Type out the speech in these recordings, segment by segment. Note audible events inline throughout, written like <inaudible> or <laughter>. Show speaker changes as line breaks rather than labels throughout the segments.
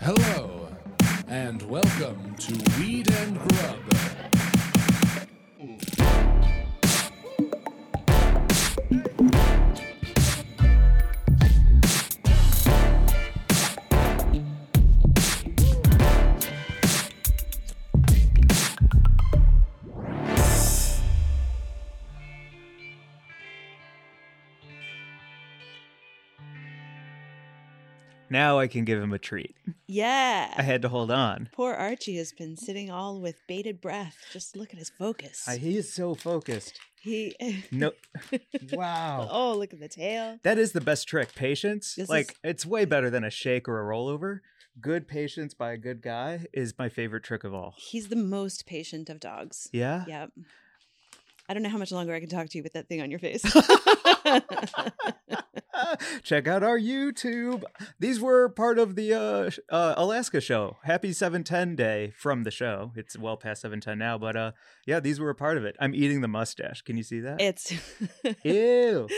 Hello, and welcome to Weed and Grub.
Now I can give him a treat.
Yeah.
I had to hold on.
Poor Archie has been sitting all with bated breath. Just look at his focus.
I, he is so focused.
he <laughs>
No, <laughs> wow.
Oh, look at the tail.
That is the best trick. Patience.
This
like
is-
it's way better than a shake or a rollover. Good patience by a good guy is my favorite trick of all.
He's the most patient of dogs.
Yeah.
Yep. I don't know how much longer I can talk to you with that thing on
<laughs>
your face.
<laughs> Check out our YouTube. These were part of the uh, sh- uh, Alaska show. Happy 710 day from the show. It's well past 710 now, but uh, yeah, these were a part of it. I'm eating the mustache. Can you see that?
it's <laughs>
Ew.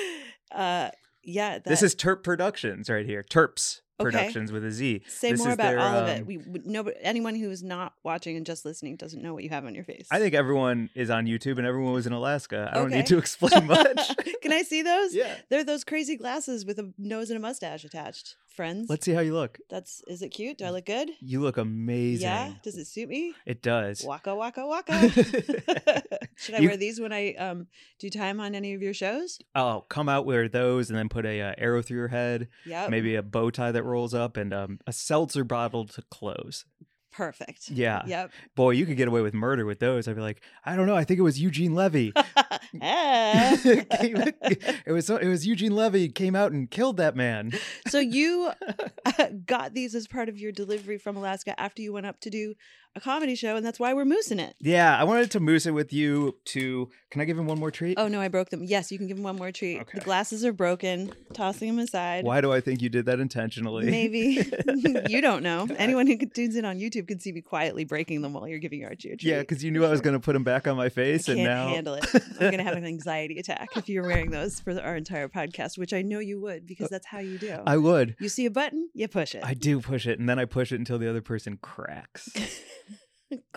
uh yeah, that,
This is Terp Productions right here. Terps
Okay.
Productions with a Z.
say
this
more
is
about
their,
all of it.
um,
We, we no but anyone who is not watching and just listening doesn't know what you have on your face.
I
<laughs>
think everyone is on YouTube and everyone was in Alaska. I don't
Okay.
need to <laughs> explain
<laughs>
much.
Can I see those?
yeah.
They're those crazy glasses with a nose and a mustache attached. Friends.
Let's see how you look.
That's is it cute?
Mm.
Do I look good?
You look amazing.
Yeah. Does it suit me?
It does.
Waka waka
<laughs>
waka. <laughs> Should I
You-
wear these when I um do time on any of your shows?
Oh, come out wear those and then put a uh, arrow through your head,
Yep.
maybe a bow tie that rolls up, and um, a seltzer bottle to close.
Perfect.
Yeah.
Yep.
Boy, you could get away with murder with those. I'd be like, I don't know. I think it was Eugene
<laughs>
Levy. <laughs>
Ah.
it was so, it was Eugene Levy came out and killed that man. <laughs>
so you <laughs> uh, got these as part of your delivery from Alaska after you went up to do a comedy show, and that's why we're moosing it.
Yeah, I wanted to moose it with you to. Can I give him one more treat?
Oh no, I broke them. Yes, you can give him one more treat.
Okay.
The glasses are broken. Tossing them aside.
Why do I think you did that intentionally? <laughs>
Maybe <laughs> you don't know. Anyone who tunes in on YouTube can see me quietly breaking them while you're giving Archie a treat.
Yeah, because you knew I was going to put him back on my face,
I
and
can't
now
handle it. I'm
<laughs>
gonna have an anxiety attack if you're wearing those for our entire podcast, which I know you would because that's how you do.
Uh, I would.
you see a button, you push it.
I do push it, and then I push it until the other person cracks.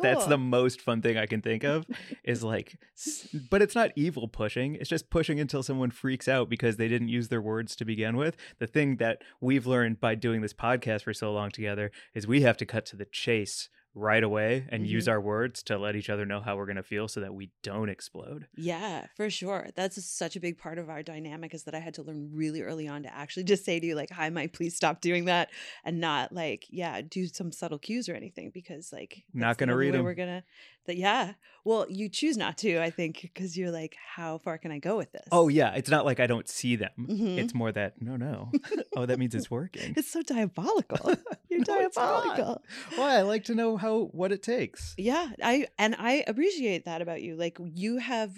That's
Cool.
the most fun thing I can think <laughs> of. Is like, s- but it's not evil pushing. It's just pushing until someone freaks out because they didn't use their words to begin with. The thing that we've learned by doing this podcast for so long together is we have to cut to the chase right away and
Mhm.
use our words to let each other know how we're going to feel so that we don't explode.
yeah, for sure. That's such a big part of our dynamic is that I had to learn really early on to actually just say to you like, "Hi, Mike, please stop doing that," and not like, yeah, do some subtle cues or anything because like
Not
that's the
gonna
only
read
way
'em.
We're gonna that yeah. Well, you choose not to, I think, because you're like, how far can I go with this?
Oh yeah, it's not like I don't see them.
Mhm.
It's more that no, <laughs> no. oh, that means it's working. <laughs>
It's so diabolical. You're
No, it's not.
diabolical.
Why? I like to know how what it takes.
Yeah, I and I appreciate that about you. Like you have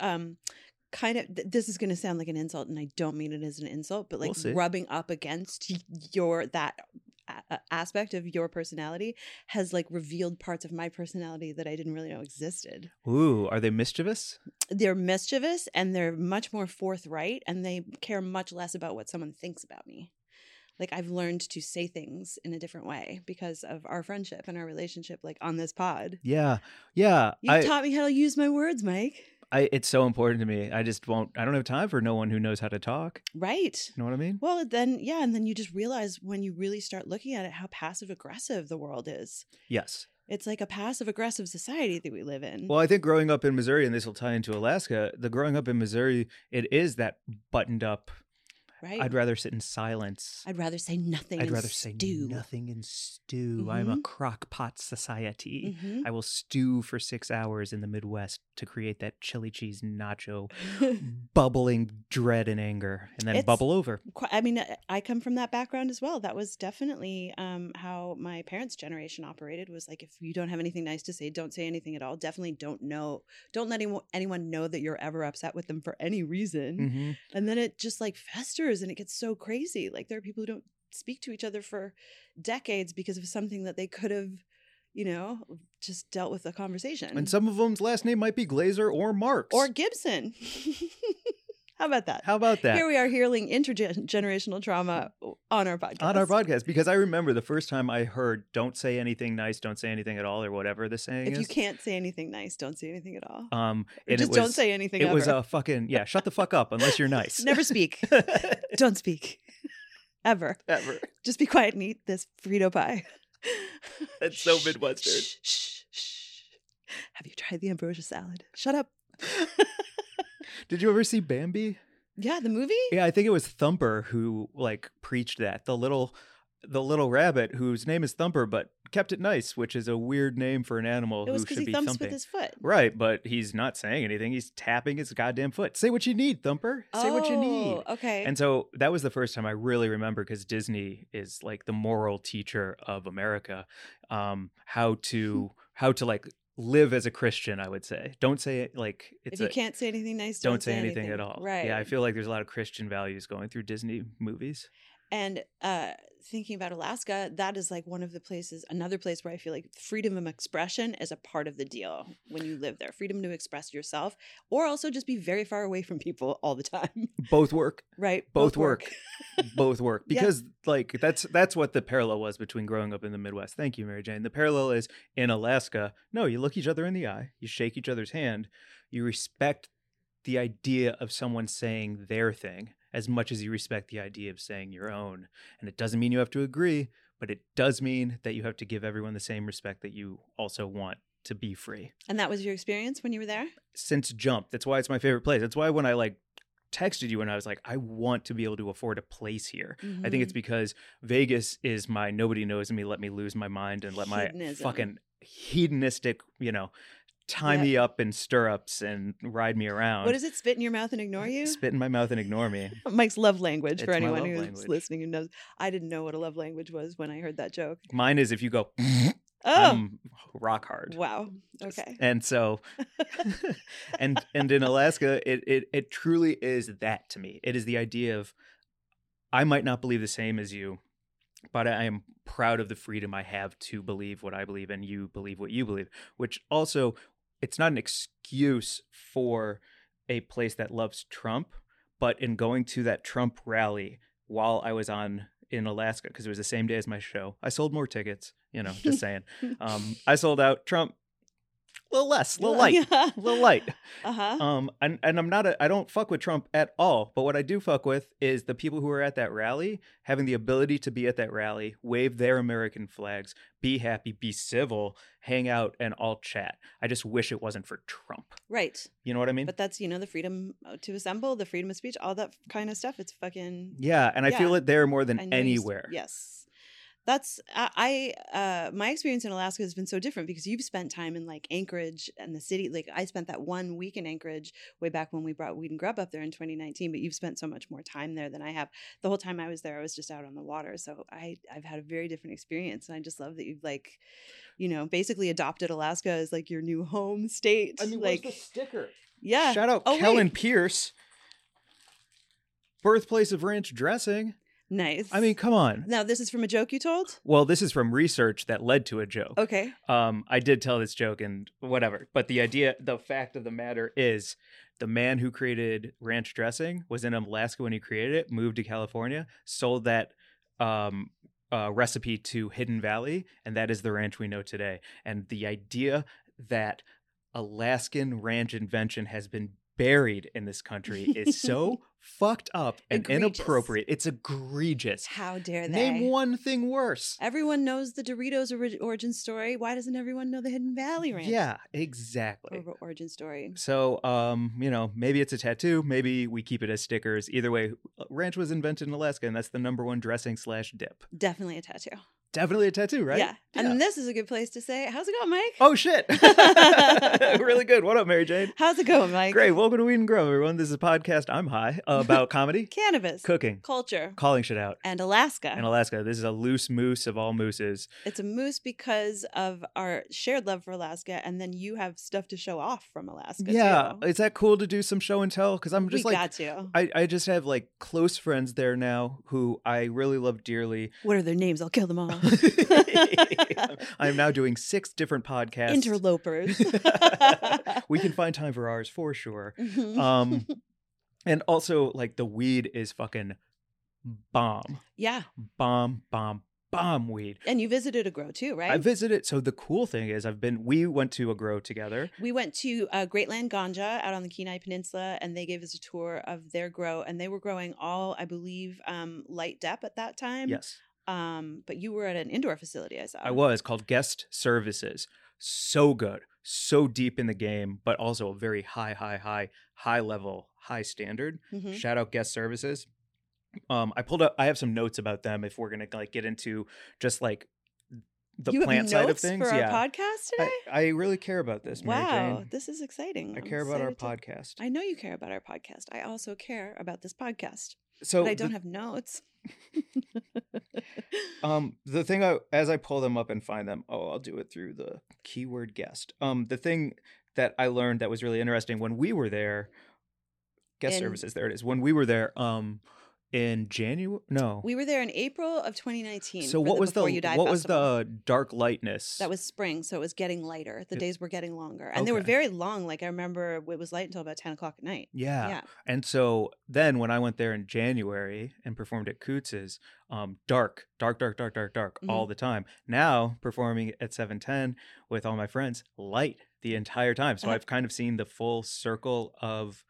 um kind of th- this is going to sound like an insult and I don't mean it as an insult, but
We'll
like
see.
rubbing up against y- your that a- a- aspect of your personality has like revealed parts of my personality that I didn't really know existed.
Ooh, are they mischievous?
They're mischievous and they're much more forthright and they care much less about what someone thinks about me. Like I've learned to say things in a different way because of our friendship and our relationship like on this pod.
Yeah, yeah.
You
I,
taught me how to use my words, Mike.
I, it's so important to me. I just won't. I don't have time for no one who knows how to talk.
Right.
You know what I mean?
Well, then, yeah. And then you just realize when you really start looking at it how passive aggressive the world is.
Yes.
It's like a passive aggressive society that we live in.
Well, I think growing up in Missouri, and this will tie into Alaska. The growing up in Missouri, it is that buttoned up.
right.
I'd rather sit in silence.
I'd rather say nothing.
I'd
and
rather say
stew.
nothing and stew. I'm a
Mhm.
crock pot society.
Mhm.
I will stew for six hours in the Midwest to create that chili cheese nacho, bubbling dread and anger, and then
It's-
bubble over.
<laughs> Qu- I mean, uh, I- I come from that background as well. That was definitely um, how my parents' generation operated. Was like, if you don't have anything nice to say, don't say anything at all. Definitely don't know. Don't let anyone anyone know that you're ever upset with them for any reason.
Mm-hmm.
and then it just like festers and it gets so crazy like there are people who don't speak to each other for decades because of something that they could have you know just dealt with a conversation
And some of them's last name might be Glazer or Marks.
or gibson <laughs> How about that?
How about that?
Here we are healing intergenerational trauma on our podcast.
on our podcast, because I remember the first time I heard "Don't say anything nice, don't say anything at all," or whatever the saying
If
is.
you can't say anything nice, don't say anything at all.
um,
Or
and
just
it was,
don't say anything.
It was
ever.
a fucking yeah.
<laughs>
Shut the fuck up unless you're nice. <laughs>
never speak. don't speak ever. <laughs>
Ever.
Just be quiet and eat this Frito pie. <laughs>
That's so
Shh,
Midwestern.
shh, shh, shh. Have you tried the ambrosia salad? Shut up.
Did you ever see Bambi?
Yeah, the movie.
Yeah, I think it was Thumper who like preached that. The little the little rabbit whose name is Thumper but kept it nice, which is a weird name for an animal
it was
who
because
should
he
be
thumps
thumping.
with his foot.
Right, but he's not saying anything. He's tapping his goddamn foot. Say what you need, Thumper. Say what you need.
Oh, Okay.
And so that was the first time I really remember because Disney is like the moral teacher of America, um,
<laughs>
how to how to like live as a Christian. I would say, don't say it like it's
if you
a-
can't say anything nice,
don't,
don't,
say, anything, at all.
Right.
Yeah, I feel like there's a lot of Christian values going through Disney movies.
and uh, thinking about Alaska, that is like one of the places, another place where I feel like freedom of expression is a part of the deal when you live there. Freedom to express yourself, or also just be very far away from people all the time. <laughs>
Both work.
Right.
Both, work. both work
Yeah.
because like that's that's what the parallel was between growing up in the midwest thank you mary jane the parallel is in alaska no you look each other in the eye you shake each other's hand you respect the idea of someone saying their thing as much as you respect the idea of saying your own and it doesn't mean you have to agree but it does mean that you have to give everyone the same respect that you also want to be free
And that was your experience when you were there?
since jump that's why it's my favorite place that's why when i like texted you and i was like i want to be able to afford a place here I think it's
Mm.
because Vegas is my nobody knows me, let me lose my mind and let my
Hedonism.
fucking hedonistic, you know, tie
Yep.
me up in stirrups and ride me around.
Mm-hmm. What does it spit in your mouth and ignore you?
Spit in my mouth and ignore me.
Mike's love language for
It's my
anyone
love
who's
language.
listening who knows. I didn't know what a love language was when I heard that joke.
Mine is if you go,
Oh,
I'm rock hard.
wow. Okay.
And so, <laughs> and and in Alaska, it, it it truly is that to me. It is the idea of I might not believe the same as you, but I am proud of the freedom I have to believe what I believe and you believe what you believe. Which also, it's not an excuse for a place that loves Trump, but in going to that Trump rally while I was on in Alaska because it was the same day as my show, I sold more tickets. You know, just saying. Um, I sold out. Trump, a little less, a little
<laughs>
light,
Yeah.
a little light.
Uh-huh.
Um, and, and I'm not, a, I don't fuck with Trump at all. But what I do fuck with is the people who are at that rally having the ability to be at that rally, wave their American flags, be happy, be civil, hang out, and all chat. I just wish it wasn't for Trump.
right.
You know what I mean?
But that's you know the freedom uh, to assemble, the freedom of speech, all that kind of stuff. It's fucking
yeah, and I feel
yeah.
it there more than
I know you s-
anywhere.
Yes, that's I. I uh, my experience in Alaska has been so different because you've spent time in like Anchorage and the city. Like I spent that one week in Anchorage way back when we brought Weed and Grub up there in 2019. But you've spent so much more time there than I have. The whole time I was there, I was just out on the water. So I I've had a very different experience, and I just love that you've like, you know, basically adopted Alaska as like your new home state. like
sticker?
yeah.
Shout out
Oh,
Kellen
wait.
Pierce, birthplace of ranch dressing.
Nice.
I mean, come on.
Now, this is from a joke you told?
Well, this is from research that led to a joke.
Okay.
Um, I did tell this joke and whatever, but the idea, the fact of the matter is, the man who created ranch dressing was in Alaska when he created it, moved to California, sold that um, uh, recipe to Hidden Valley, and that is the ranch we know today. And the idea that Alaskan ranch invention has been buried in this country is
<laughs>
so fucked up and
Egregious.
inappropriate. It's egregious.
How dare they?
Name one thing worse.
Everyone knows the Doritos ori- origin story. Why doesn't everyone know the Hidden Valley Ranch?
Yeah, exactly.
or- origin story.
So, um, you know, maybe it's a tattoo. Maybe we keep it as stickers. Either way, uh, ranch was invented in Alaska, and that's the number one dressing slash dip.
Definitely a tattoo.
Definitely a tattoo, right?
Yeah. And this is a good place to say, how's it going, Mike?
oh
<laughs>
shit! <laughs> really good. What up, Mary Jane?
How's it going, Mike?
Great. Welcome to Weed and Grow, everyone. This is a podcast. I'm high uh, about comedy,
Cannabis,
cooking,
culture,
calling shit out.
and Alaska.
In Alaska, this is a loose moose of all mooses.
it's a moose because of our shared love for Alaska, and then you have stuff to show off from Alaska.
yeah,
too.
is that cool to do some show and tell? Because I'm just
we
like,
got to.
I, I just have like close friends there now who I really love dearly.
What are their names? I'll kill
<laughs>
them all.
I'm now doing six different podcasts. <laughs>
Interlopers. <laughs>
we can find time for ours for sure.
Mhm.
Um, And also, like, the weed is fucking bomb,
Yeah.
bomb, bomb, bomb weed.
And you visited a grow too, right?
I visited. So the cool thing is, I've been. We went to a grow together.
we went to uh, Greatland Ganja out on the Kenai Peninsula, and they gave us a tour of their grow. And they were growing all, I believe, um, light dep at that time.
Yes,
Um, but you were at an indoor facility, I saw.
I was called guest services. So good, so deep in the game, but also a very high, high, high, high level, high standard.
Mhm.
Shout out guest services. Um, I pulled up. I have some notes about them if we're gonna like get into just like the
you
plant
have
side of
notes
things.
for
yeah,
our podcast today.
I, I really care about this, Mary
wow,
Jane.
this is exciting.
I
I'm
care about our
excited to-
podcast.
I know you care about our podcast. I also care about this podcast,
so
but I
the-
don't
<laughs>
have notes. <laughs>
Um, the thing I as I pull them up and find them, oh, I'll do it through the keyword guest. Um, the thing that I learned that was really interesting when we were there, guest
In-
services. There it is. When we were there, um, in January, no.
we were there in April of 2019.
so
for
what was the
Before You Die
what
Festival.
was the dark lightness?
That was spring, so it was getting lighter. The
It-
days were getting longer, and they were
Okay.
very long. Like I remember, it was light until about ten o'clock at night.
yeah.
yeah.
And so then when I went there in January and performed at Coots's, um, dark, dark, dark, dark, dark, dark
Mm-hmm.
all the time. Now performing at 710 with all my friends, light the entire time. So
Uh-huh.
I've kind of seen the full circle of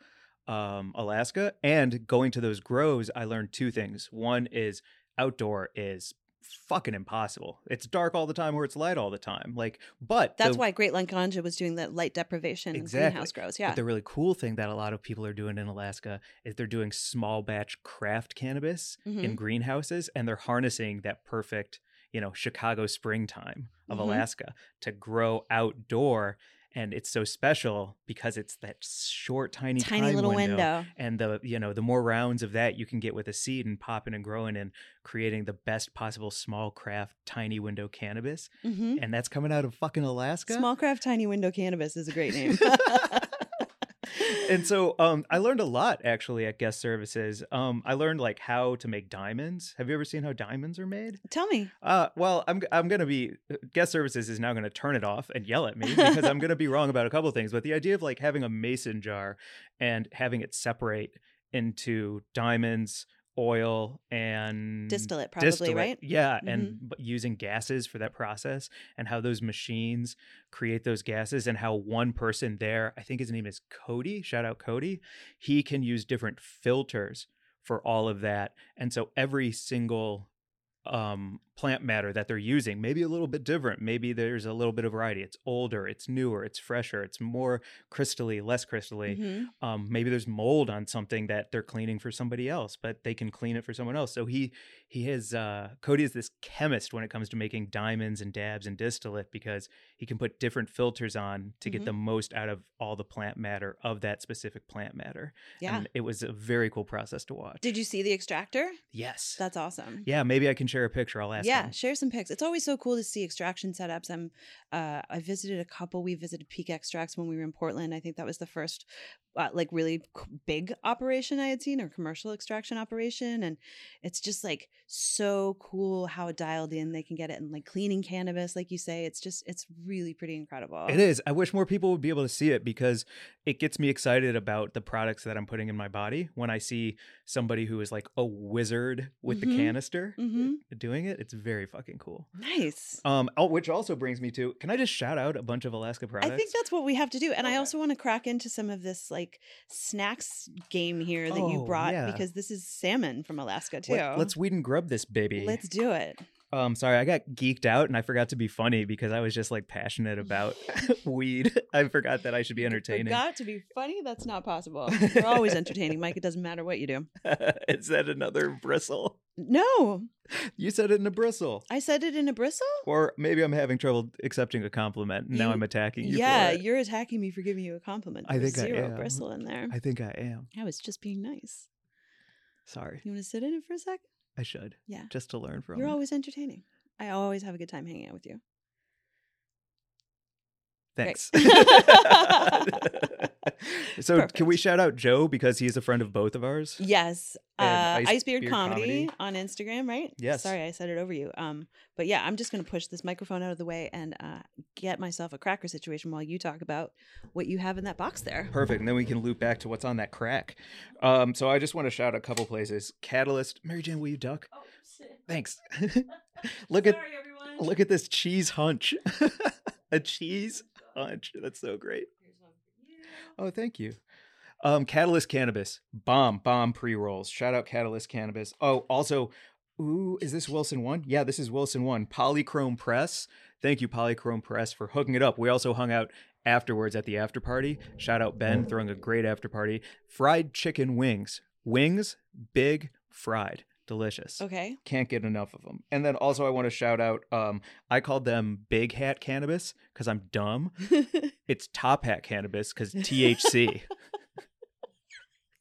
um, Alaska and going to those grows, I learned two things. One is outdoor is fucking impossible. It's dark all the time or it's light all the time. Like, but
That's
the-
why Great Lung Ganja was doing the light deprivation
Exactly.
and greenhouse grows. Yeah,
But the really cool thing that a lot of people are doing in Alaska is they're doing small batch craft cannabis in
Mhm.
greenhouses and they're harnessing that perfect, you know, Chicago springtime of
Mhm.
Alaska to grow outdoor. And it's so special because it's that short, tiny,
tiny
time
little window.
And the you know the more rounds of that you can get with a seed and popping and growing and creating the best possible small craft tiny window cannabis
Mhm.
and that's coming out of fucking Alaska.
Small craft tiny window cannabis is a great
<laughs>
name. <laughs>
and so um, I learned a lot actually at guest services. Um, I learned like how to make diamonds. Have you ever seen how diamonds are made?
Tell me,
Uh, well, I'm I'm gonna be uh, guest services is now gonna turn it off and yell at me because I'm gonna be wrong about a couple things. But the idea of like having a mason jar and having it separate into diamonds, oil, and
distillate probably
distillate.
right. Mm-hmm.
Yeah, and b- using gases for that process, and how those machines create those gases, and how one person there, I think his name is Cody. Shout out Cody. He can use different filters for all of that, and so every single um plant matter that they're using maybe a little bit different maybe there's a little bit of variety it's older it's newer it's fresher it's more crystally less crystally
Mhm.
um, maybe there's mold on something that they're cleaning for somebody else, but they can clean it for someone else. So he he has uh, Cody is this chemist when it comes to making diamonds and dabs and distillate because he can put different filters on to get
Mhm.
the most out of all the plant matter of that specific plant matter.
Yeah.
and it was a very cool process to watch.
Did you see the extractor?
yes,
That's awesome.
yeah. Maybe I can share a picture. I'll ask.
yeah
him.
share some pics it's always so cool to see extraction setups i'm uh i visited a couple we visited peak extracts when we were in portland i think that was the first uh, like really c- big operation i had seen or commercial extraction operation and it's just like so cool how dialed in they can get it and like cleaning cannabis like you say it's just it's really pretty incredible
It is. I wish more people would be able to see it because it gets me excited about the products that I'm putting in my body. When I see somebody who is like a wizard with
Mhm.
the canister
Mhm.
doing it, it's very fucking cool.
nice
Um, oh, which also brings me to can I just shout out a bunch of Alaska products?
I think that's what we have to do. And I
Okay.
also want to crack into some of this like snacks game here that you
Oh,
brought
yeah.
because this is salmon from Alaska too.
Let, let's weed and grub this baby.
Let's do it.
Um, sorry, I got geeked out and I forgot to be funny because I was just like passionate
<laughs>
about <laughs> weed. I forgot that I should be entertaining. <laughs>
Got to be funny. That's not possible. You're always entertaining, Mike. It doesn't matter what you do.
is that another bristle?
No,
You said it in a bristle.
I said it in a bristle.
Or maybe I'm having trouble accepting a compliment. and Now
You-
I'm attacking you.
yeah,
for it.
you're attacking me for giving you a compliment.
I
There was
think I
zero
am.
bristle in there.
I think I am.
I was just being nice.
Sorry,
You want to sit in it for a sec?
I should.
Yeah.
just to learn from.
You're
it.
always entertaining. I always have a good time hanging
<sighs>
out with you. <laughs>
Thanks. <laughs>
Great.
so can we
Perfect.
shout out Joe because he's a friend of both of ours?
Yes. Uh,
And
Icebeard
Icebeard
comedy,
Comedy.
on Instagram, right?
Yes.
Sorry, I said it over you. Um, but yeah, I'm just gonna push this microphone out of the way and uh, get myself a cracker situation while you talk about what you have in that box there.
Perfect. And then we can loop back to what's on that crack. Um, so I just want to shout a couple places. Catalyst, Mary Jane, will you duck?
Oh, shit.
<laughs>
Thanks. look at
Sorry, everyone.
look at this cheese hunch. <laughs> a cheese hunch. That's so great.
Here's one for you.
Oh, thank you. Um, Catalyst Cannabis, bomb, bomb pre rolls. Shout out Catalyst Cannabis. Oh, also, ooh, is this Wilson One? Yeah, this is Wilson One. Polychrome Press. Thank you, Polychrome Press, for hooking it up. We also hung out afterwards at the after party. Shout out Ben
Mm-hmm.
throwing a great after party. Fried chicken wings, wings, big, fried, delicious. <laughs>
Okay. <laughs>
Can't get enough of them. And then also, I want to shout out. Um, I called them Big Hat Cannabis because I'm dumb. It's Top Hat Cannabis because THC.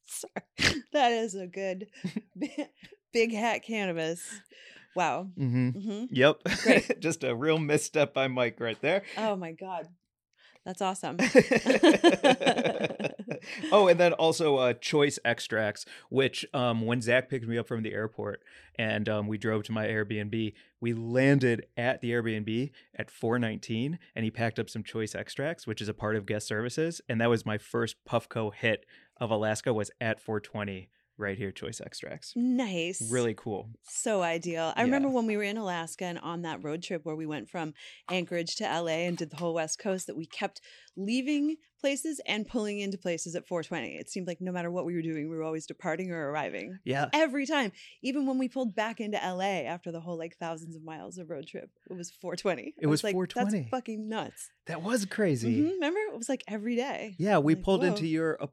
Sorry. <laughs> That is
<laughs>
a good <laughs> big hat cannabis. Wow.
Mm-hmm.
hmm
Yep. <laughs>
Great.
Just a real misstep by Mike right there.
Oh my god,
<laughs>
that's awesome. <laughs>
oh, and then also uh, choice extracts, which um, when Zach picked me up from the airport and um, we drove to my Airbnb, we landed at the Airbnb at 419 and he packed up some choice extracts, which is a part of guest services. And that was my first Puffco hit of Alaska was at 420 right here, choice extracts.
Nice.
Really cool.
So ideal. I
Yeah.
remember when we were in Alaska and on that road trip where we went from Anchorage to LA and did the whole West Coast that we kept leaving places and pulling into places at 420. It seemed like no matter what we were doing, we were always departing or arriving.
Yeah.
Every time, even when we pulled back into LA after the whole like thousands of miles of road trip, it was 420.
It
I
was
like,
420.
That's fucking nuts.
That was crazy.
Mhm, Remember? It was like every day.
Yeah, we
Like,
pulled
whoa.
into your uh,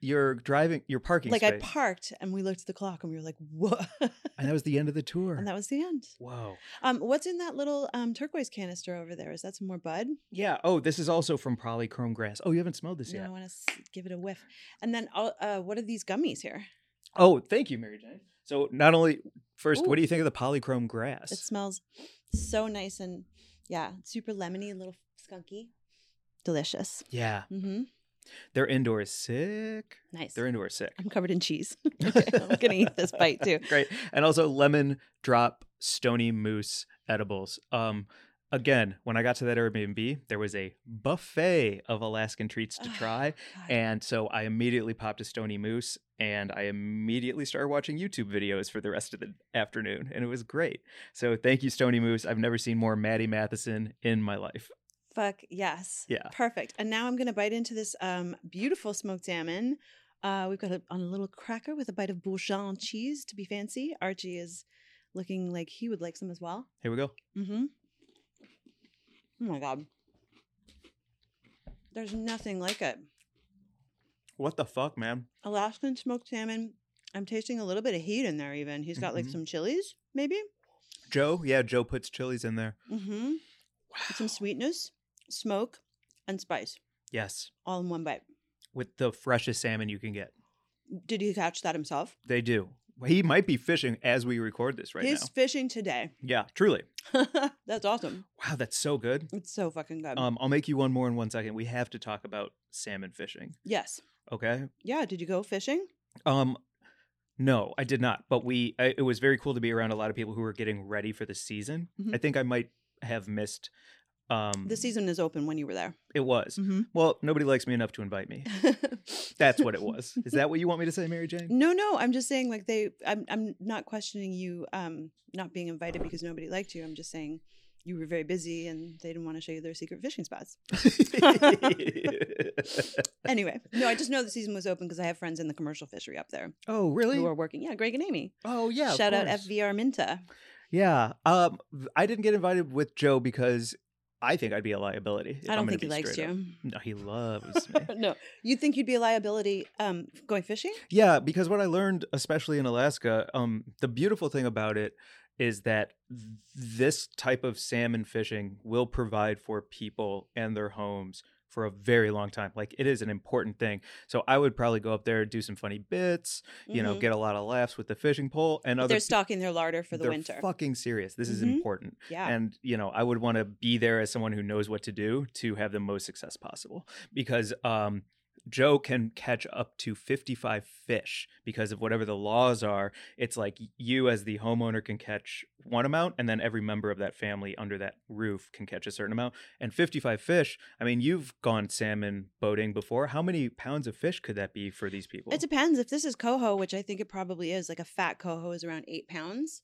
your driving your parking
Like I
space,
parked and we looked at the clock and we were like, <laughs> what?
and that was the end of
<laughs>
the tour.
and that was the end.
Whoa.
Um, what's in that little um, turquoise canister over there? Is that some more bud?
Yeah. Oh, this is also from polychrome grass. Oh, you haven't smelled this
No, I
yet.
want to s- give it a whiff. And then, I'll, uh, what are these gummies here?
Oh, thank you, Mary Jane. So not only first,
Ooh.
what do you think of the polychrome grass?
It smells so nice and yeah, super lemony, a little skunky, delicious.
yeah,
Mm-hmm.
their indoor is sick.
Nice.
Their indoor is
<laughs>
sick.
I'm covered in
<laughs>
cheese. I'm gonna eat this bite too.
Great. And also lemon drop stony moose edibles. Um again, when I got to that Airbnb, there was a buffet of Alaskan treats
<sighs>
to
Ah,
try.
God.
And so I immediately popped a stony moose and I immediately started watching YouTube videos for the rest of the afternoon. And it was great. So thank you, Stony Moose. I've never seen more Maddie Matheson in my life.
Fuck yes.
Yeah.
Perfect. And now I'm gonna bite into this um, beautiful smoked salmon. Uh, we've got it on a little cracker with a bite of bourgeon cheese to be fancy. Archie is looking like he would like some as well.
Here we go.
Mm-hmm. Oh my god. There's nothing like it.
What the fuck, man?
Alaskan smoked salmon. I'm tasting a little bit of heat in there even. He's got like
Mhm.
some chilies, maybe.
Joe? Yeah, Joe puts chilies in there.
Mm-hmm. Some sweetness, smoke, and spice.
Yes.
All in one bite.
With the freshest salmon you can get.
Did he catch that himself?
They do. He might be fishing as we record this right
He's
now.
fishing today. <laughs>
Yeah, truly.
That's awesome.
Wow, that's so good.
It's so fucking good.
Um, I'll make you one more in one second. We have to talk about salmon fishing.
yes.
Okay.
Yeah. Did you go fishing?
Um, no, I did not. But we, I, it was very cool to be around a lot of people who were getting ready for the season.
Mhm.
I think I might have missed. Um,
The mm-hmm. season is open when you were there.
It was. Well, nobody likes me enough to invite me. That's what it was. Is that what you want me to say, Mary
<laughs>
Jane? <laughs>
<laughs> No, no, I'm just saying like they I'm I'm not questioning you um not being invited because nobody liked you. I'm just saying you were very busy and they didn't want to show you their secret
<laughs>
fishing spots. Anyway, no, I just know the season was open because I have friends in the commercial fishery up there
oh, really?
who are working. Yeah, Greg and Amy.
Oh, yeah. of
Shout out
course.
FVR Minta.
Yeah. Um, I didn't get invited with Joe because I think I'd be a liability. if
I
I'm
don't
gonna
think he
be
likes
straight up.
you.
No, he loves me.
no. You think you'd be a liability um going fishing?
Yeah, because what I learned, especially in Alaska, um, the beautiful thing about it is that th- this type of salmon fishing will provide for people and their homes for a very long time. Like it is an important thing. So I would probably go up there, do some funny bits, you know,
Mhm.
get a lot of laughs with the fishing pole and other
they're
pe-
stocking their larder for the
they're
winter.
Fucking serious. This is
Mhm.
important.
yeah.
And you know, I would want to be there as someone who knows what to do to have the most success possible because um Joe can catch up to 55 fish because of whatever the laws are. It's like you, as the homeowner, can catch one amount, and then every member of that family under that roof can catch a certain amount. And 55 fish, I mean, you've gone salmon boating before. How many pounds of fish could that be for these people?
It depends. If this is coho, which I think it probably is, like a fat coho is around eight pounds,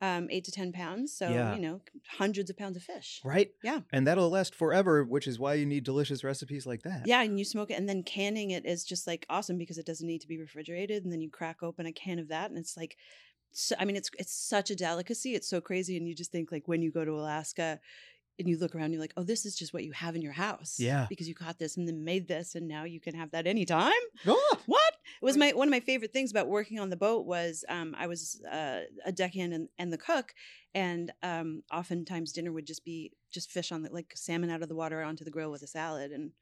um, eight to 10 pounds. So,
Yeah.
you know, hundreds of pounds of fish.
right?
Yeah.
And that'll last forever, which is why you need delicious recipes like that.
Yeah, and you smoke it, and then canning it is just like awesome because it doesn't need to be refrigerated. And then you crack open a can of that, and it's like, so, I mean, it's it's such a delicacy. It's so crazy, and you just think like when you go to Alaska, and you look around, you're like, oh, this is just what you have in your house.
Yeah.
because you caught this and then made this, and now you can have that anytime.
Ah!
What? It was my one of my favorite things about working on the boat was um, I was uh, a deckhand and, and the cook, and um, oftentimes dinner would just be just fish on the like salmon out of the water onto the grill with a salad, and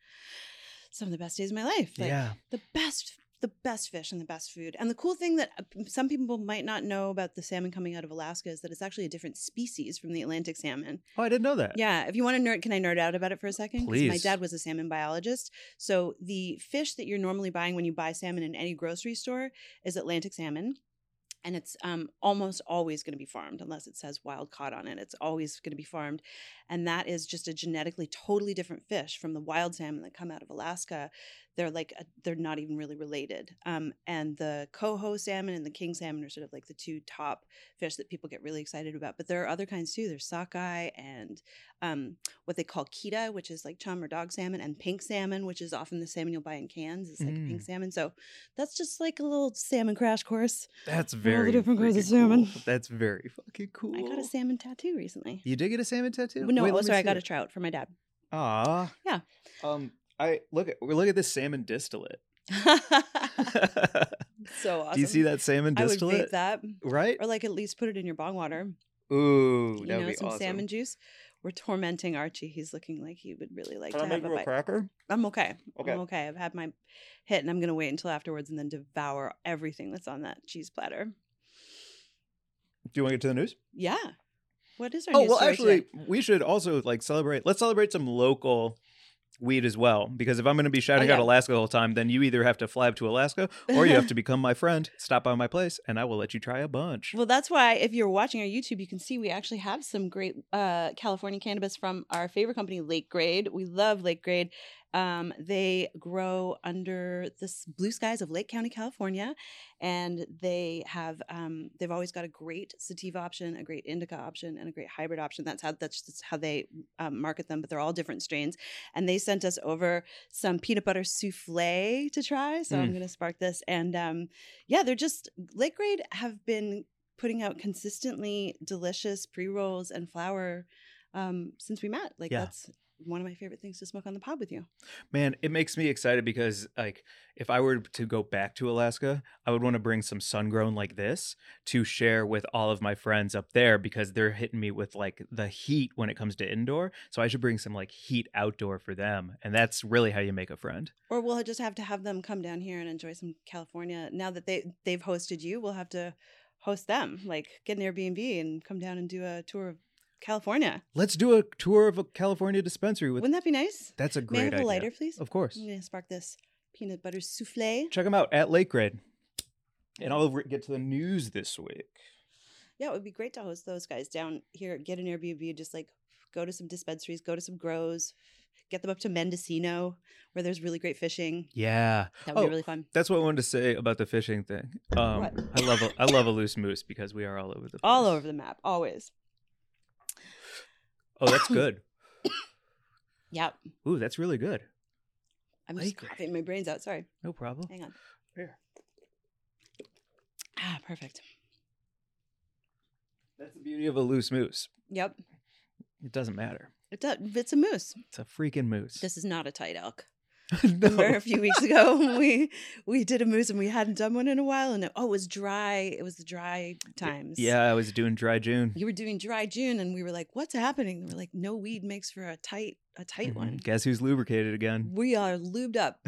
some of the best days of my life. Like,
yeah.
the best the best fish and the best food. And the cool thing that uh, p- some people might not know about the salmon coming out of Alaska is that it's actually a different species from the Atlantic salmon.
Oh, I didn't know that.
Yeah, if you want to nerd, can I nerd out about it for a second? 'Cause My
Please.
dad was a salmon biologist. So the fish that you're normally buying when you buy salmon in any grocery store is Atlantic salmon. And it's um, almost always going to be farmed, unless it says wild caught on it. It's always going to be farmed. And that is just a genetically totally different fish from the wild salmon that come out of Alaska. They're like, a, they're not even really related. Um, and the coho salmon and the king salmon are sort of like the two top fish that people get really excited about. But there are other kinds too. There's sockeye and um, what they call kita, which is like chum or dog salmon, and pink salmon, which is often the salmon you'll buy in cans. It's like pink
Mm.
salmon. So that's just like a little salmon crash course.
That's
the
very
different kinds of
freaking
salmon.
cool. That's very fucking cool.
I got a salmon tattoo recently.
You did get a salmon tattoo?
Well, no,
Wait,
oh,
let me
sorry, I
see
got
it.
a trout for
<laughs>
my dad. <laughs>
Ah.
Yeah.
Um, I look at look at this salmon distillate. <laughs>
so awesome.
Do you see that salmon
I would
distillate?
vape that,
Right?
or like at least put it in your bong water.
Ooh,
you
that would
know,
be
some
awesome.
salmon juice. We're tormenting Archie. He's looking like he would really like Oh.
Can I
to
make
have a
you a
bite.
cracker?
I'm okay.
Okay.
I'm okay. I've had my hit, and I'm gonna wait until afterwards and then devour everything that's on that cheese platter.
Do you want to get to the news?
Yeah. What is our
Oh
news
well,
story
actually,
today?
we should also like celebrate. Let's celebrate some local weed as well, because if I'm going to be shouting out
Oh, yeah.
Alaska the whole time, then you either have to fly up to Alaska or you have
<laughs>
to become my friend. Stop by my place, and I will let you try a bunch.
Well, that's why if you're watching our YouTube, you can see we actually have some great uh, California cannabis from our favorite company, Lake Grade. We love Lake Grade. Um, they grow under the s- blue skies of Lake County, California, and they have um, they've always got a great sativa option, a great indica option, and a great hybrid option. That's how that's just how they um, market them. But they're all different strains, and they sent us over some peanut butter souffle to try. So I'm going to spark this, and um, yeah, they're just Lake Grade have been putting out consistently delicious pre rolls and flour um, since we met. Like
Yeah.
that's one of my favorite things to smoke on the pod with you.
Man, it makes me excited because like if I were to go back to Alaska, I would want to bring some sun grown like this to share with all of my friends up there because they're hitting me with like the heat when it comes to indoor. So I should bring some like heat outdoor for them. And that's really how you make a friend.
Or we'll just have to have them come down here and enjoy some California. Now that they they've hosted you, we'll have to host them. Like get an Airbnb and come down and do a tour of California.
Let's do a tour of a California dispensary with
Wouldn't that be nice?
That's a
May I
great
have
idea.
a lighter, please?
Of course.
I'm gonna spark this peanut butter souffle.
Check them out at Lake Grade. And I'll re- get to the news this week.
Yeah, it would be great to host those guys down here. Get an Airbnb, just like go to some dispensaries, go to some grows, get them up to Mendocino where there's really great fishing.
Yeah.
That would
Oh,
be really fun.
That's what I wanted to say about the fishing thing. Um,
What?
I love a, I love a loose moose because we are all over the place.
All over the map, always.
Oh, that's good.
Yep.
Ooh, that's really good.
I'm just
Likely.
coughing my brains out. Sorry.
No problem.
Hang on.
Here.
Ah, perfect.
That's the beauty of a loose moose.
Yep.
It doesn't matter.
It's a, it's a moose.
It's a freaking moose.
This is not a tight elk.
<laughs>
Remember
no.
a few weeks ago <laughs> we we did a moose and we hadn't done one in a while and it, oh it was dry. It was the dry times.
Yeah, I was doing dry June.
you were doing dry June, and we were like, "What's happening?" We're like, "No weed makes for a tight a tight
Mhm.
one.
Guess who's lubricated
<laughs>
again? <laughs>
We are lubed up.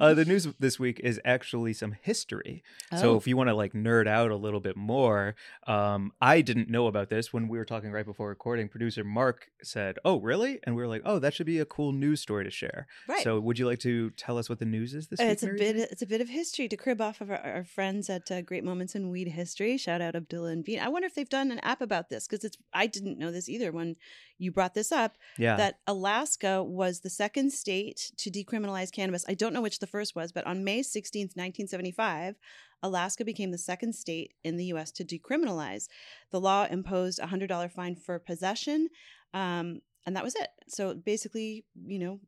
uh, the news this week is actually some history.
Oh.
So if you want to like nerd out a little bit more, um, I didn't know about this when we were talking right before recording. Producer Mark said, "Oh, really?" And we were like, "Oh, that should be a cool news story to share."
right.
So would you like to tell us what the news is this
Uh,
week?
it's a
Mary
bit
Jo?
it's a bit of history to crib off of our, our friends at uh, Great Moments in Weed History. Shout out Abdullah and Bean. I wonder if they've done an app about this because it's I didn't know this either when you brought this up
Yeah.
that Alaska was the second state to decriminalize cannabis. I don't know which the first was, but on May 16th, 1975, Alaska became the second state in the US to decriminalize. The law imposed a $100 fine for possession, um, and that was it. So basically, you know,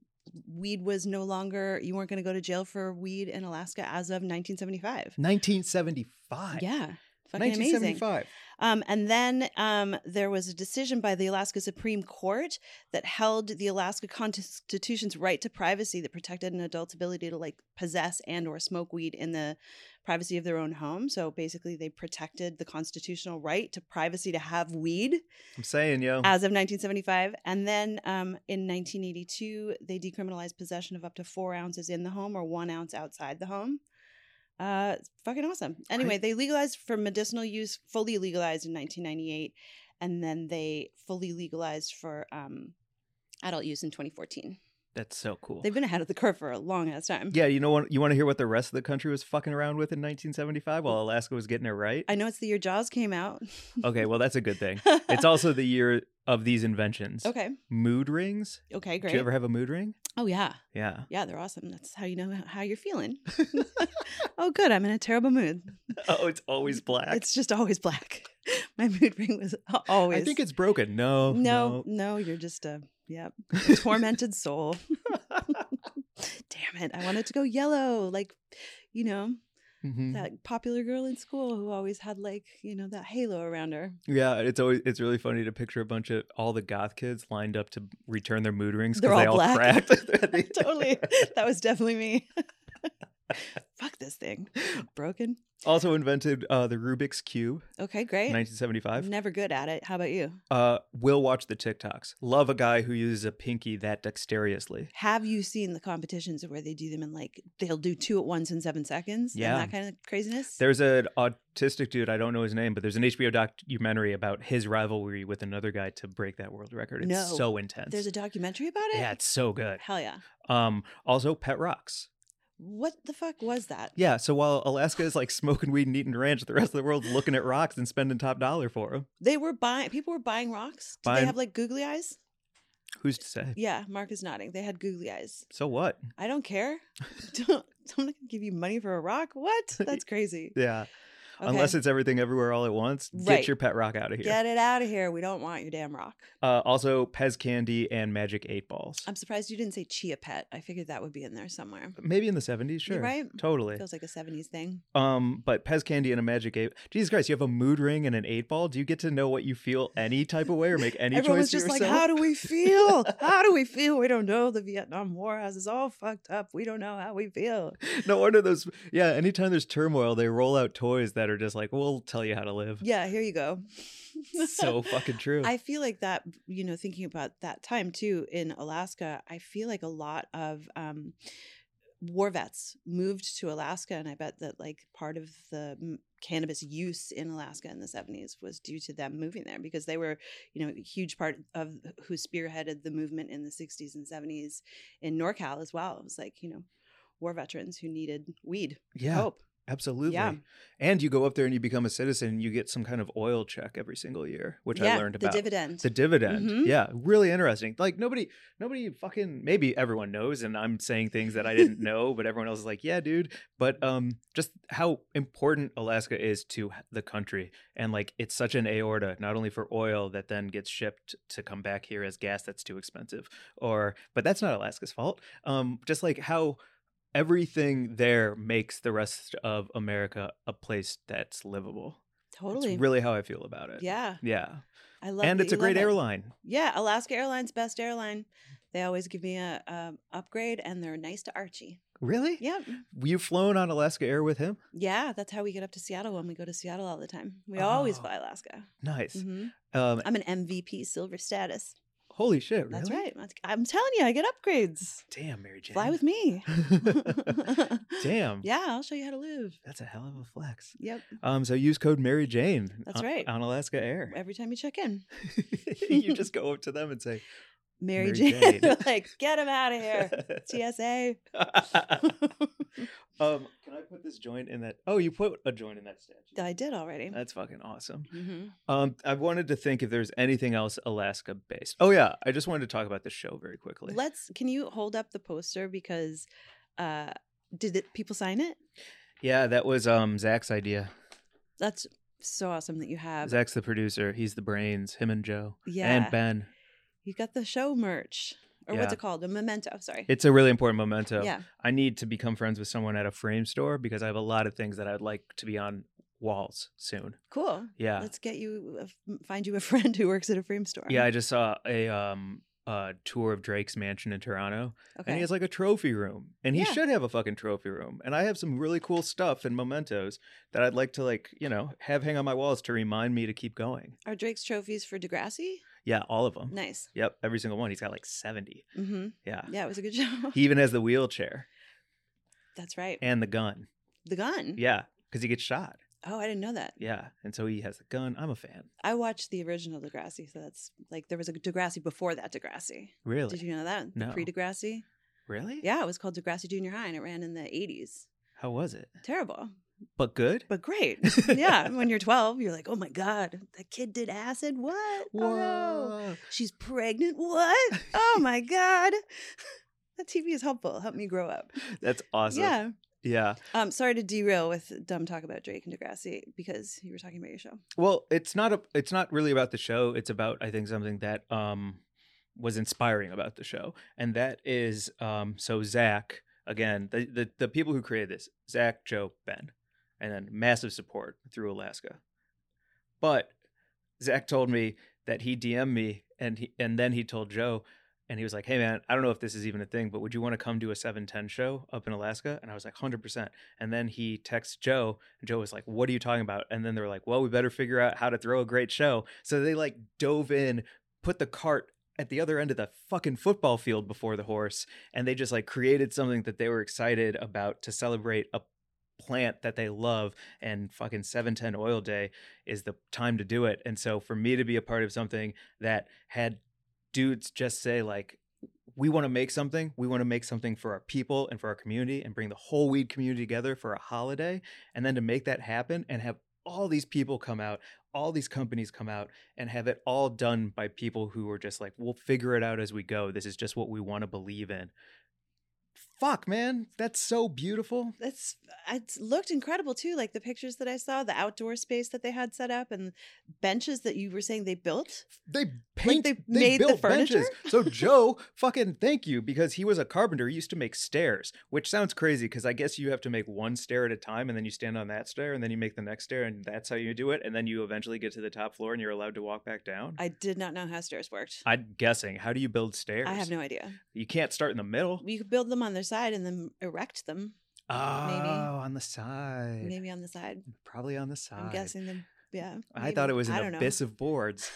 weed was no longer, you weren't going to go to jail for weed in Alaska as of 1975.
1975.
Yeah. Fucking amazing.
1975.
Um, and then um, there was a decision by the Alaska Supreme Court that held the Alaska Constitution's right to privacy that protected an adult's ability to like possess and or smoke weed in the privacy of their own home. So basically, they protected the constitutional right to privacy to have weed
I'm saying, yo.
as of 1975. And then um, in 1982, they decriminalized possession of up to four ounces in the home or one ounce outside the home. Uh, it's fucking awesome. Anyway, they legalized for medicinal use, fully legalized in 1998, and then they fully legalized for um, adult use in 2014.
That's so cool.
They've been ahead of the curve for a long ass time.
Yeah, you know what? You want to hear what the rest of the country was fucking around with in 1975 while Alaska was getting it right?
I know it's the year Jaws came out.
Okay, well that's a good
<laughs>
thing. It's also the year of these inventions.
okay.
Mood rings.
Okay,
Did
great.
Do you ever have a mood ring?
oh yeah,
Yeah.
yeah, they're awesome. That's how you know how you're feeling. <laughs> oh, good. I'm in a terrible mood.
<laughs> Oh, it's always black.
It's just always <laughs> black. My mood ring was al- always.
I think it's broken. No.
no,
No.
no. You're just a yep,
<laughs>
tormented soul. <laughs> Damn it! I wanted to go yellow, like you know
Mhm.
that popular girl in school who always had like you know that halo around her.
Yeah, it's always it's really funny to picture a bunch of all the goth kids lined up to return their mood rings
They're
because they
all
all
black.
cracked. <laughs>
<laughs> totally, that was definitely me. <laughs> Fuck this thing, broken.
Also invented uh, the Rubik's cube,
Okay, great.
1975.
Never good at it. How about you?
Uh, will watch the TikToks. Love a guy who uses a pinky that dexterously.
Have you seen the competitions where they do them in like they'll do two at once in seven seconds?
Yeah.
and that kind of craziness.
There's an autistic dude, I don't know his name, but there's an HBO documentary about his rivalry with another guy to break that world record. It's
No.
so intense.
There's a documentary about it?
yeah, it's so good.
Hell yeah.
Um, also pet rocks.
What the fuck was that?
Yeah, so while Alaska is like smoking weed and eating ranch, the rest of the world's looking at rocks and spending top dollar for them.
They were buying, people were buying rocks. Did they
Buying-
have like googly eyes?
Who's to say?
Yeah, Mark is nodding. They had googly eyes.
So what?
I
<laughs>
don't care. <laughs> don't, I'm not going to give you money for a rock. What? That's crazy.
Yeah,
Okay.
unless it's everything everywhere all at once,
Right.
get your pet rock out of here.
Get it out of here. We don't want your damn rock.
Uh, also, Pez Candy and Magic Eight Balls.
I'm surprised you didn't say Chia Pet. I figured that would be in there somewhere.
Maybe in the 70s, sure.
right.
Totally.
Feels like a 70s thing.
Um, but Pez Candy and a Magic Eight. Jesus Christ, you have a mood ring and an eight ball. Do you get to know what you feel any type of way or make any
Everyone
choice
was
for
just like,
yourself?
how do
<laughs>
we feel? How do we feel? We don't know. The Vietnam War has us all fucked up. We don't know how we feel.
<laughs> no wonder those. Yeah, anytime there's turmoil, they roll out toys that are just like, we'll tell you how to live.
Yeah, here you go. <laughs>
so fucking true.
I feel like that, you know, thinking about that time too in Alaska, I feel like a lot of um, war vets moved to Alaska. And I bet that like part of the m- cannabis use in Alaska in the 70s was due to them moving there because they were, you know, a huge part of who spearheaded the movement in the 60s and 70s in NorCal as well. It was like, you know, war veterans who needed weed,
yeah,
hope.
absolutely.
Yeah.
And you go up there and you become a citizen. and You get some kind of oil check every single year, which
yeah,
I learned
the
about.
dividend.
The dividend.
Mhm.
Yeah, really interesting. Like nobody nobody fucking maybe everyone knows and I'm saying things that I didn't know, but everyone else is like, "Yeah, dude." But um just how important Alaska is to h- the country and like it's such an aorta not only for oil that then gets shipped to come back here as gas that's too expensive or but that's not Alaska's fault. Um just like how everything there makes the rest of America a place that's livable.
totally.
It's really how I feel about it.
yeah.
Yeah.
I love
and
that
it's a
you love
great
it.
airline.
Yeah, Alaska Airlines, best airline. They always give me a, um upgrade, and they're nice to Archie.
Really?
Yep.
You've flown on Alaska Air with him?
Yeah, that's how we get up to Seattle when we go to Seattle all the time. We always
Oh.
fly Alaska.
Nice.
Mhm.
Um,
I'm an MVP silver status.
Holy shit!
That's
really?
right. That's- I'm telling you, I get upgrades.
Damn, Mary Jane.
Fly
<laughs>
with me. <laughs>
Damn.
yeah, I'll show you how to live.
That's a hell of a flex.
Yep.
Um, so use code Mary Jane.
That's
on-
right.
On Alaska Air.
Every time you check in,
<laughs> you just go up to them and
<laughs>
say, Mary
Mary, Jane, <laughs>
Jane.
like, get him out of
<laughs>
here. <laughs> TSA.
um, can I put this joint in that? Oh, you put a joint in that statue.
I did already.
That's fucking awesome.
hmm
Um, I wanted to think if there's anything else Alaska based. Oh yeah, I just wanted to talk about the show very quickly.
Let's. Can you hold up the poster because uh did it, people sign it?
yeah, that was um Zach's idea.
That's so awesome that you have.
Zach's the producer. He's the brains. Him and Joe.
Yeah.
And Ben.
you got the show merch or what's
Yeah.
it called? A memento. oh, Sorry.
It's a really important memento.
yeah.
I need to become friends with someone at a frame store because I have a lot of things that I'd like to be on walls soon.
Cool.
Yeah.
Let's get you a f- find you a <laughs> friend who works at a frame store.
Yeah, I just saw a um a tour of Drake's mansion in Toronto, and
Okay.
he has like a trophy room, and he
Yeah.
should have a fucking trophy room. And I have some really cool stuff and mementos that I'd like to like you know have hang on my walls to remind me to keep going.
Are Drake's trophies for Degrassi?
Yeah, all of them.
Nice.
Yep, every single one. He's got like seventy.
Mm-hmm.
Yeah,
Yeah, it was a good <laughs> show.
he even has the wheelchair
That's right.
and the gun.
the gun.
Yeah, because he gets shot.
Oh, I didn't know that.
Yeah, and so he has the gun. I'm a fan.
I watched the original Degrassi, so that's like there was a Degrassi before that Degrassi.
Really,
Did you know that? The
No.
Pre Degrassi?
really?
Yeah, it was called Degrassi Junior High and it ran in the 80s.
How was it?
Terrible,
But good.
but great. <laughs> yeah, when you're 12, you're like, oh my God, that kid did acid? What? Oh, no.
Whoa. <laughs>
She's pregnant? What? Oh my God. <laughs> that TV is helpful. Help me grow up.
That's awesome.
Yeah.
Yeah.
Um, sorry to derail with dumb talk about Drake and Degrassi because you were talking about your show.
Well, it's not a it's not really about the show. It's about I think something that um was inspiring about the show. And that is um so Zach, again, the the, the people who created this, Zach, Joe, Ben, and then massive support through Alaska. But Zach told me that he DM'd me and he and then he told Joe and he was like, "Hey man, I don't know if this is even a thing, but would you want to come do a 710 show up in Alaska?" And I was like, "100%." And then he texts Joe, and Joe was like, "What are you talking about?" And then they were like, "Well, we better figure out how to throw a great show." So they like dove in, put the cart at the other end of the fucking football field before the horse, and they just like created something that they were excited about to celebrate a plant that they love and fucking 710 oil day is the time to do it. And so for me to be a part of something that had dudes just say like we want to make something. We want to make something for our people and for our community and bring the whole weed community together for a holiday. And then to make that happen and have all these people come out, all these companies come out, and have it all done by people who are just like, we'll figure it out as we go. This is just what we want to believe in. Fuck, man. That's so beautiful.
That's it looked incredible too. Like the pictures that I saw, the outdoor space that they had set up, and benches that you were saying they built.
They paint.
they
they
made the
built
furniture?
benches. So
<laughs>
Joe, fucking thank you because he was a carpenter. He used to make stairs, which sounds crazy because I guess you have to make one stair at a time, and then you stand on that stair, and then you make the next stair, and that's how you do it. And then you eventually get to the top floor, and you're allowed to walk back down.
I did not know how stairs worked. I,
I'm guessing. How do you build stairs?
have no idea.
You can't start in the middle.
You could build them on their side and then erect them,
Oh,
Maybe.
on the side.
maybe on the side.
Probably on the side.
I'm guessing them. Yeah.
I
maybe.
thought it was
I
an
don't
abyss of
<laughs>
boards.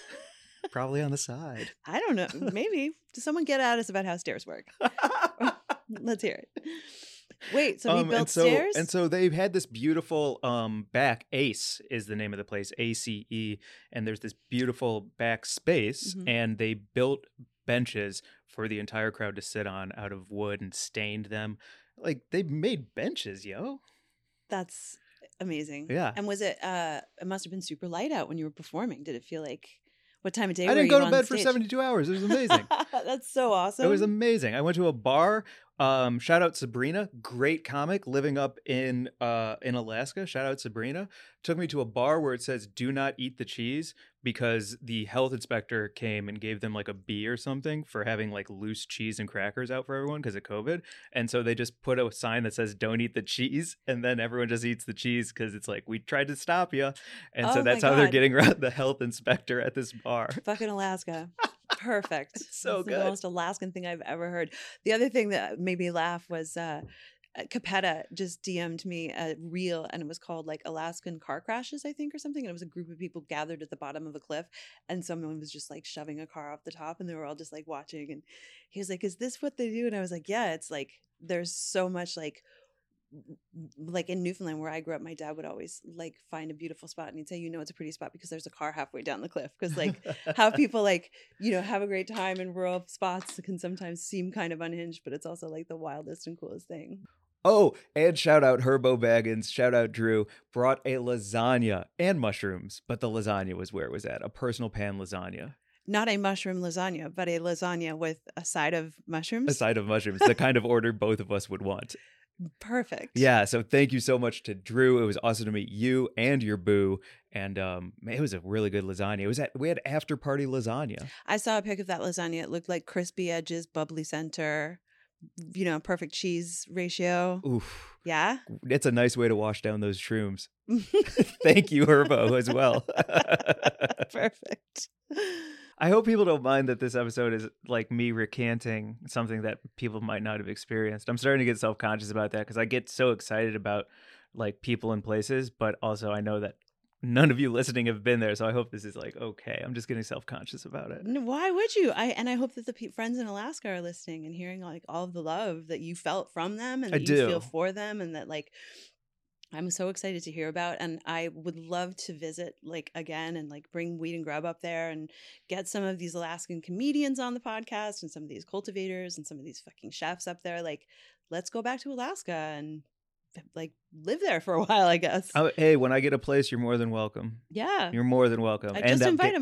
Probably on the side.
Know. I don't
<laughs>
know. Maybe Does someone get at us about how stairs work. Let's hear it. Wait. So he
Um,
built
and so,
stairs.
And so they've had this beautiful um, back. Ace is the name of the place, A C E. And there's this beautiful back space,
Mhm.
and they built benches for the entire crowd to sit on out of wood and stained them. Like they made benches, yo.
That's amazing.
Yeah.
And was it? uh It must have been super light out when you were performing. Did it feel like? What time of day?
I
were
didn't
you
go to
on
bed for
stage?
72 hours. It
<laughs>
was amazing.
That's so awesome.
It was amazing. I went to a bar. Um, shout out Sabrina, great comic living up in uh in Alaska. Shout out Sabrina. Took me to a bar where it says "Do not eat the cheese" because the health inspector came and gave them like a B or something for having like loose cheese and crackers out for everyone because of COVID. And so they just put a sign that says "Don't eat the cheese," <laughs> and then everyone just eats the cheese because it's like we tried to stop you. And
Oh
so
my
that's how they're
God.
getting <laughs> around the health inspector at this bar.
<laughs> fucking Alaska. Perfect.
It's <laughs> so
This is
good.
The most Alaskan thing I've ever heard. The other thing that made me laugh was uh, uh, Capetta just DM'd me a reel and it was called like Alaskan car crashes, I think, or something. And it was a group of people gathered at the bottom of a cliff and someone was just like shoving a car off the top and they were all just like watching. And he was like, Is this what they do? And I was like, Yeah, it's like there's so much like w- w- like in Newfoundland where I grew up, my dad would always like find a beautiful spot and he'd say, you know, it's a pretty spot because there's a car halfway down the cliff. Cause like
<laughs>
how people like you know have a great time in rural spots can sometimes seem kind of unhinged but it's also like the wildest and coolest thing
Oh, and shout out Herbo Baggins, shout out Drew, brought a lasagna and mushrooms, but the lasagna was where it was at a personal pan lasagna.
not a mushroom lasagna but a lasagna with a side of mushrooms
A side of mushrooms, the kind of order both of us would want.
perfect
Yeah, so thank you so much to Drew. It was awesome to meet you and your boo. And um, man, it was a really good lasagna. It was at, we had after party lasagna.
i saw a pic of that lasagna it looked like crispy edges bubbly center you know perfect cheese ratio
Oof,
yeah <laughs>
it's a nice way to wash down those shrooms. Thank you, Herbo, as well. <laughs>
perfect <laughs>
I hope people don't mind that this episode is like me recanting something that people might not have experienced. I'm starting to get self conscious about that because I get so excited about like people and places, but also I know that none of you <laughs> listening have been there. So I hope this is like okay. I'm just getting self conscious about it.
No, why would you? I and I hope that the pe- friends in Alaska are listening and hearing like all of the love that you felt from them and
I
that you feel
do.
for them and that like I'm so excited to hear about and I would love to visit like again and like bring Weed and Grub up there and get some of these Alaskan comedians on the podcast and some of these cultivators and some of these fucking chefs up there like let's go back to Alaska and like live there for a <laughs> while I guess.
Oh, hey, when I get a place, you're more than welcome.
yeah.
You're more than welcome.
Uh, I
And
just
I'm
invited
get-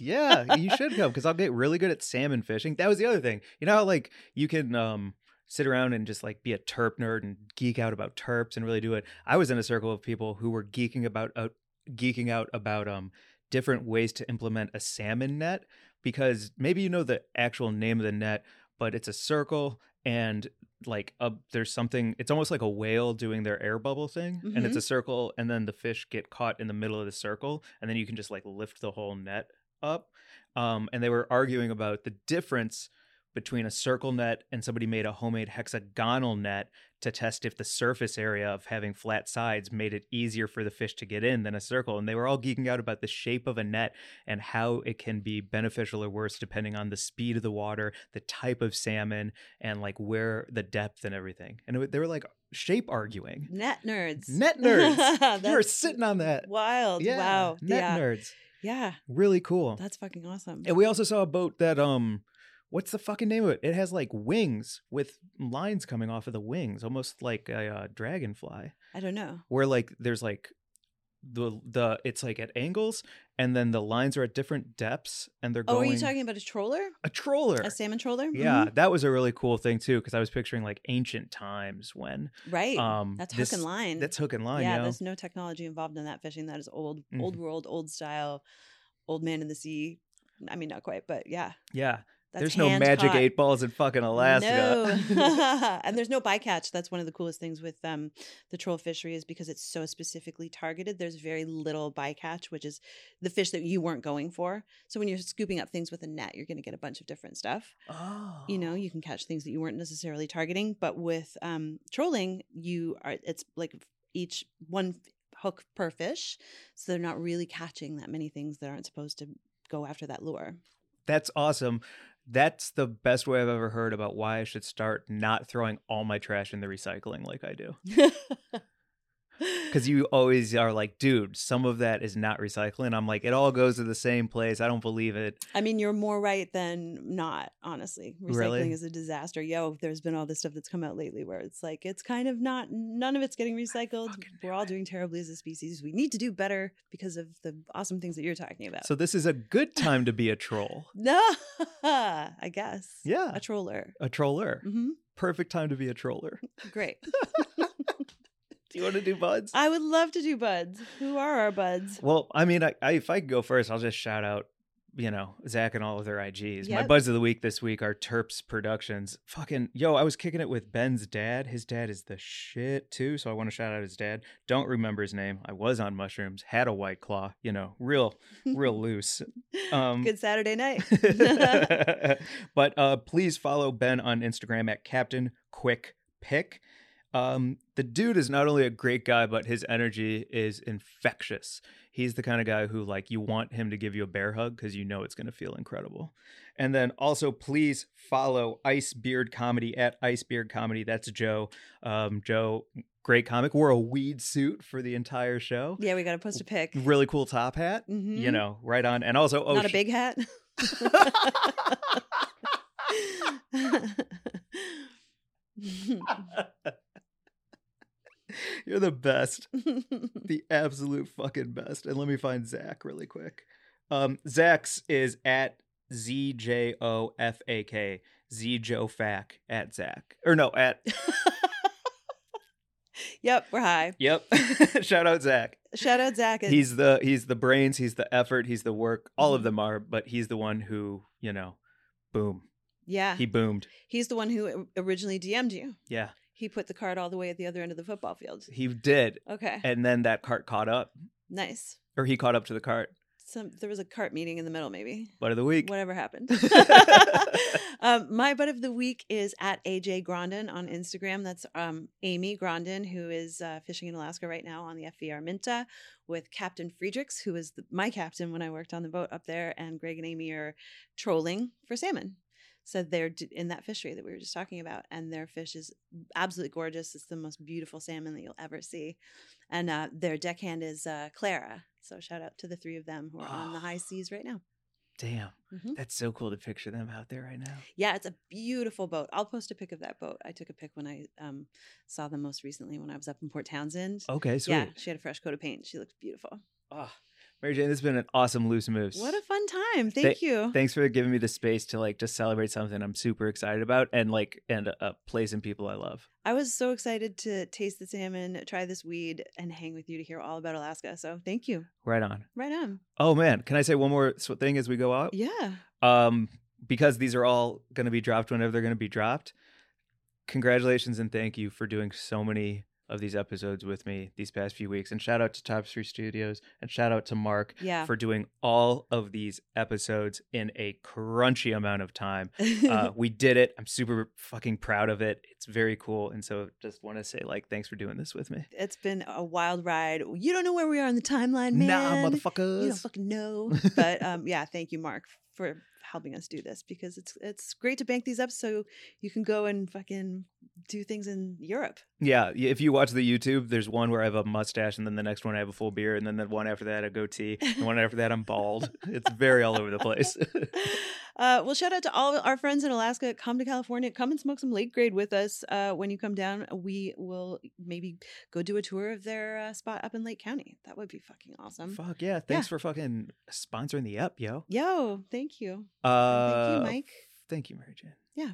<laughs> yeah, you should come because I'll get really good at salmon fishing. That was the other thing. You know how like you can um sit around and just like be a terp nerd and geek out about terps and really do it. I was in a circle of people who were geeking about uh, geeking out about um different ways to implement a salmon net because maybe you know the actual name of the net, but it's a circle and like a, there's something it's almost like a whale doing their air bubble thing and it's
Mhm.
a circle and then the fish get caught in the middle of the circle and then you can just like lift the whole net up. Um, and they were arguing about the difference between a circle net and somebody made a homemade hexagonal net to test if the surface area of having flat sides made it easier for the fish to get in than a circle. And they were all geeking out about the shape of a net and how it can be beneficial or worse depending on the speed of the water, the type of salmon, and like where the depth and everything. And it, wa- they were like shape arguing.
Net nerds.
Net nerds. You're
<laughs> That's
sitting on that.
Wild.
Yeah,
Wow.
Net
yeah.
nerds.
Yeah.
Really cool.
That's fucking awesome.
And we also saw a boat that um what's the fucking name of it? It has like wings with lines coming off of the wings, almost like a uh, dragonfly.
I don't know.
Where like there's like the the it's like at angles and then the lines are at different depths and they're
Oh,
going
are you talking about a troller?
a troller.
A salmon troller?
yeah,
Mhm.
that was a really cool thing too cuz I was picturing like ancient times when
Mm-hmm. Right.
um
that's
this-
hook and line.
That's hook and line,
Yeah,
yo.
there's no technology involved in that fishing. That is old, old
Mm-hmm.
world, old style, old man in the sea. I mean, not quite, but yeah.
Yeah.
That's
There's no magic
hand-caught.
eight balls in fucking Alaska. <laughs>
No. <laughs> and there's no bycatch. That's one of the coolest things with um, the troll fishery is because it's so specifically targeted. There's very little bycatch, which is the fish that you weren't going for. So when you're scooping up things with a net, you're going to get a bunch of different stuff.
oh.
You know, you can catch things that you weren't necessarily targeting. But with um, trolling, you are it's like each one f- hook per fish, so they're not really catching that many things that aren't supposed to go after that lure.
That's awesome. That's the best way I've ever heard about why I should start not throwing all my trash in the recycling like I do. Because you always are like, dude, some of that is not recycling. I'm like, it all goes to the same place. I don't believe it.
I mean, you're more right than not, honestly. Recycling
Really?
is a disaster. Yo, there's been all this stuff that's come out lately where it's like, it's kind of not, none of it's getting recycled.
fucking knew
We're all doing terribly as a species. We need to do better because of the awesome things that you're talking about. <laughs>
So this is a good time to be a troll.
no, I guess.
Yeah.
A troller.
A troller.
hmm
Perfect time to be a troller.
Great.
Do you want to do buds?
I would love to do buds. Who are
<laughs>
our buds?
Well, I mean, I, I if I could go first, I'll just shout out, you know, Zach and all of their IGs. My
Yep.
buds of the week this week are Terps Productions. Fucking yo, I was kicking it with Ben's dad. His dad is the shit too, so I want to shout out his dad. Don't remember his name. I was on mushrooms, had a white claw, you know, real,
<laughs>
real loose. Um,
Good
<laughs>
Saturday night. <laughs>
but uh, please follow Ben on Instagram at Captain Quick Pick. Um, the dude is not only a great guy, but his energy is infectious. He's the kind of guy who, like, you want him to give you a bear hug because you know it's going to feel incredible. And then also, please follow Ice Beard Comedy at Ice Beard Comedy. That's Joe. Um, Joe, great comic, wore a weed suit for the entire show.
Yeah, we got to post
<laughs>
a pic.
Really cool top hat,
Mhm.
you know, right on. And also, oh,
Not a
sh- <laughs>
big hat.
you're the best. the absolute fucking best. And let me find Zach really quick. Um, Zach's is at Z J O F A K Z Joe Fac at Zach or no
<laughs>
at
yep, we're high.
yep. <laughs> Shout out Zach.
Shout out Zach. and-
He's the he's the brains. He's the effort. He's the work. All
Mm-hmm.
of them are, but he's the one who you know, boom.
yeah,
He boomed.
he's the one who originally DM'd you.
Yeah,
He put the card all the way at the other end of the football field.
he did.
Okay,
And then that cart caught up,
nice.
or he caught up to the cart.
Some there was a cart meeting in the middle, maybe.
Butt of the week.
Whatever happened. <laughs> um, my butt of the week is at AJ Grondin on Instagram. That's um, Amy Grondin, who is uh, fishing in Alaska right now on the FVR Minta with Captain Friedrichs, who was the, my captain when I worked on the boat up there. And Greg and Amy are trolling for salmon. So they're d- in that fishery that we were just talking about, and their fish is absolutely gorgeous. It's the most beautiful salmon that you'll ever see. And uh, their deckhand is uh, Clara. So shout out to the three of them who are on the high seas right now.
Damn,
Mhm.
that's so cool to picture them out there right now.
Yeah, it's a beautiful boat. I'll post a pic of that boat. I took a pic when I um, saw them most recently when I was up in Port Townsend.
Okay, Oh, sweet.
yeah, she had a fresh coat of paint. She looked beautiful.
Ah, Mary Jane, this has been an awesome loose moves.
What a fun time! Thank you.
Thanks for giving me the space to like just celebrate something I'm super excited about and like and a, a place and people I love.
I was so excited to taste the salmon, try this weed, and hang with you to hear all about Alaska. So thank you.
Right on.
Right on.
Oh man, can I say one more s- thing as we go out?
Yeah.
Um, because these are all going to be dropped whenever they're going to be dropped. Congratulations and thank you for doing so many of these episodes with me these past few weeks. And shout out to Top Three Studios and shout out to Mark
Yeah. <laughs>
for doing all of these episodes in a crunchy amount of time.
<laughs>
uh, we did it. I'm super fucking proud of it. It's very cool. And so just want to say like thanks for doing this with me.
it's been a wild ride. You don't know where we are in the timeline, man.
Nah,
you don't
motherfuckers.
fucking know. But um, yeah, thank you, Mark, for helping us do this because it's it's great to bank these up so you can go and fucking do things in Europe.
Yeah, y- if you watch the YouTube, there's one where I have a mustache and then the next one I have a full beard and then the one after that a goatee and the one after that I'm
<laughs>
bald. It's very all over the place.
Uh, well, shout out to all our friends in Alaska. Come to California. Come and smoke some late grade with us uh, when you come down. We will maybe go do a tour of their uh, spot up in Lake County. That would be fucking awesome.
Fuck yeah. Thanks for fucking sponsoring the up, yo.
Yo, thank you.
Uh,
thank you, Mike.
Thank you, Mary Jane.
Yeah.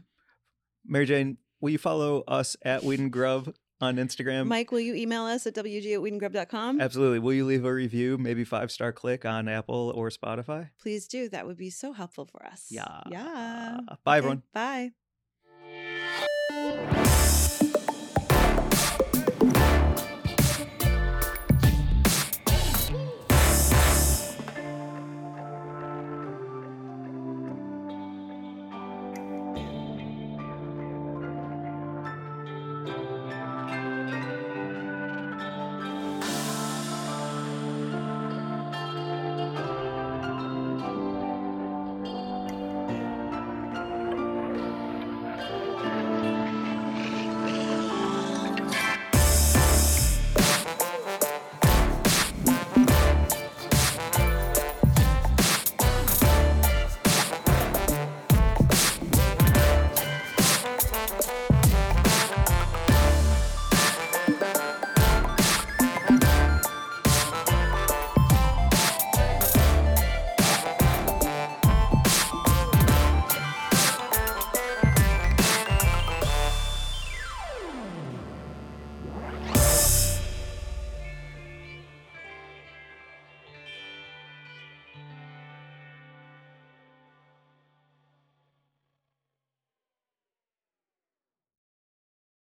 Mary Jane, will you follow us at Weed and Grub on Instagram?
Mike, will you email us at wg at com?
Absolutely. Will you leave a review, maybe five star click on Apple or Spotify?
Please do. That would be so helpful for us.
Yeah.
Yeah.
Bye,
Okay,
everyone.
Bye.